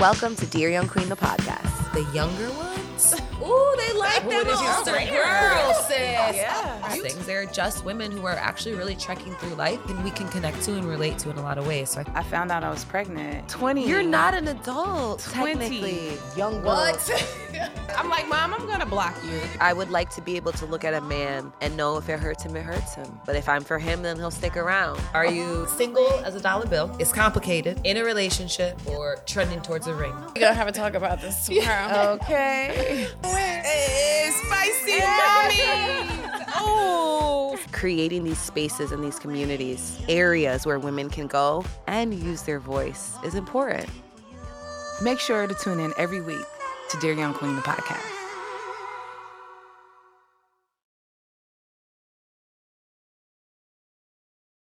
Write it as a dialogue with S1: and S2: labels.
S1: Welcome to Dear Young Queen, the podcast.
S2: The younger ones?
S3: Ooh, they like
S2: What
S3: that
S2: did you
S3: little
S2: say?
S3: girl, sis.
S2: I think they're just women who are actually really trekking through life and we can connect to and relate to in a lot of ways. So I,
S4: I found out I was pregnant. 20.
S1: You're not an adult,
S4: 20.
S1: technically. Young girl.
S4: I'm like, Mom, I'm going to block you.
S1: I would like to be able to look at a man and know if it hurts him, it hurts him. But if I'm for him, then he'll stick around.
S2: are you single as a dollar bill? It's complicated. In a relationship or trending towards a ring?
S3: We're gonna have a talk about this tomorrow.
S4: Okay.
S3: Spicy
S1: Creating these spaces and these communities, areas where women can go and use their voice is important.
S4: Make sure to tune in every week to Dear Young Queen, the podcast.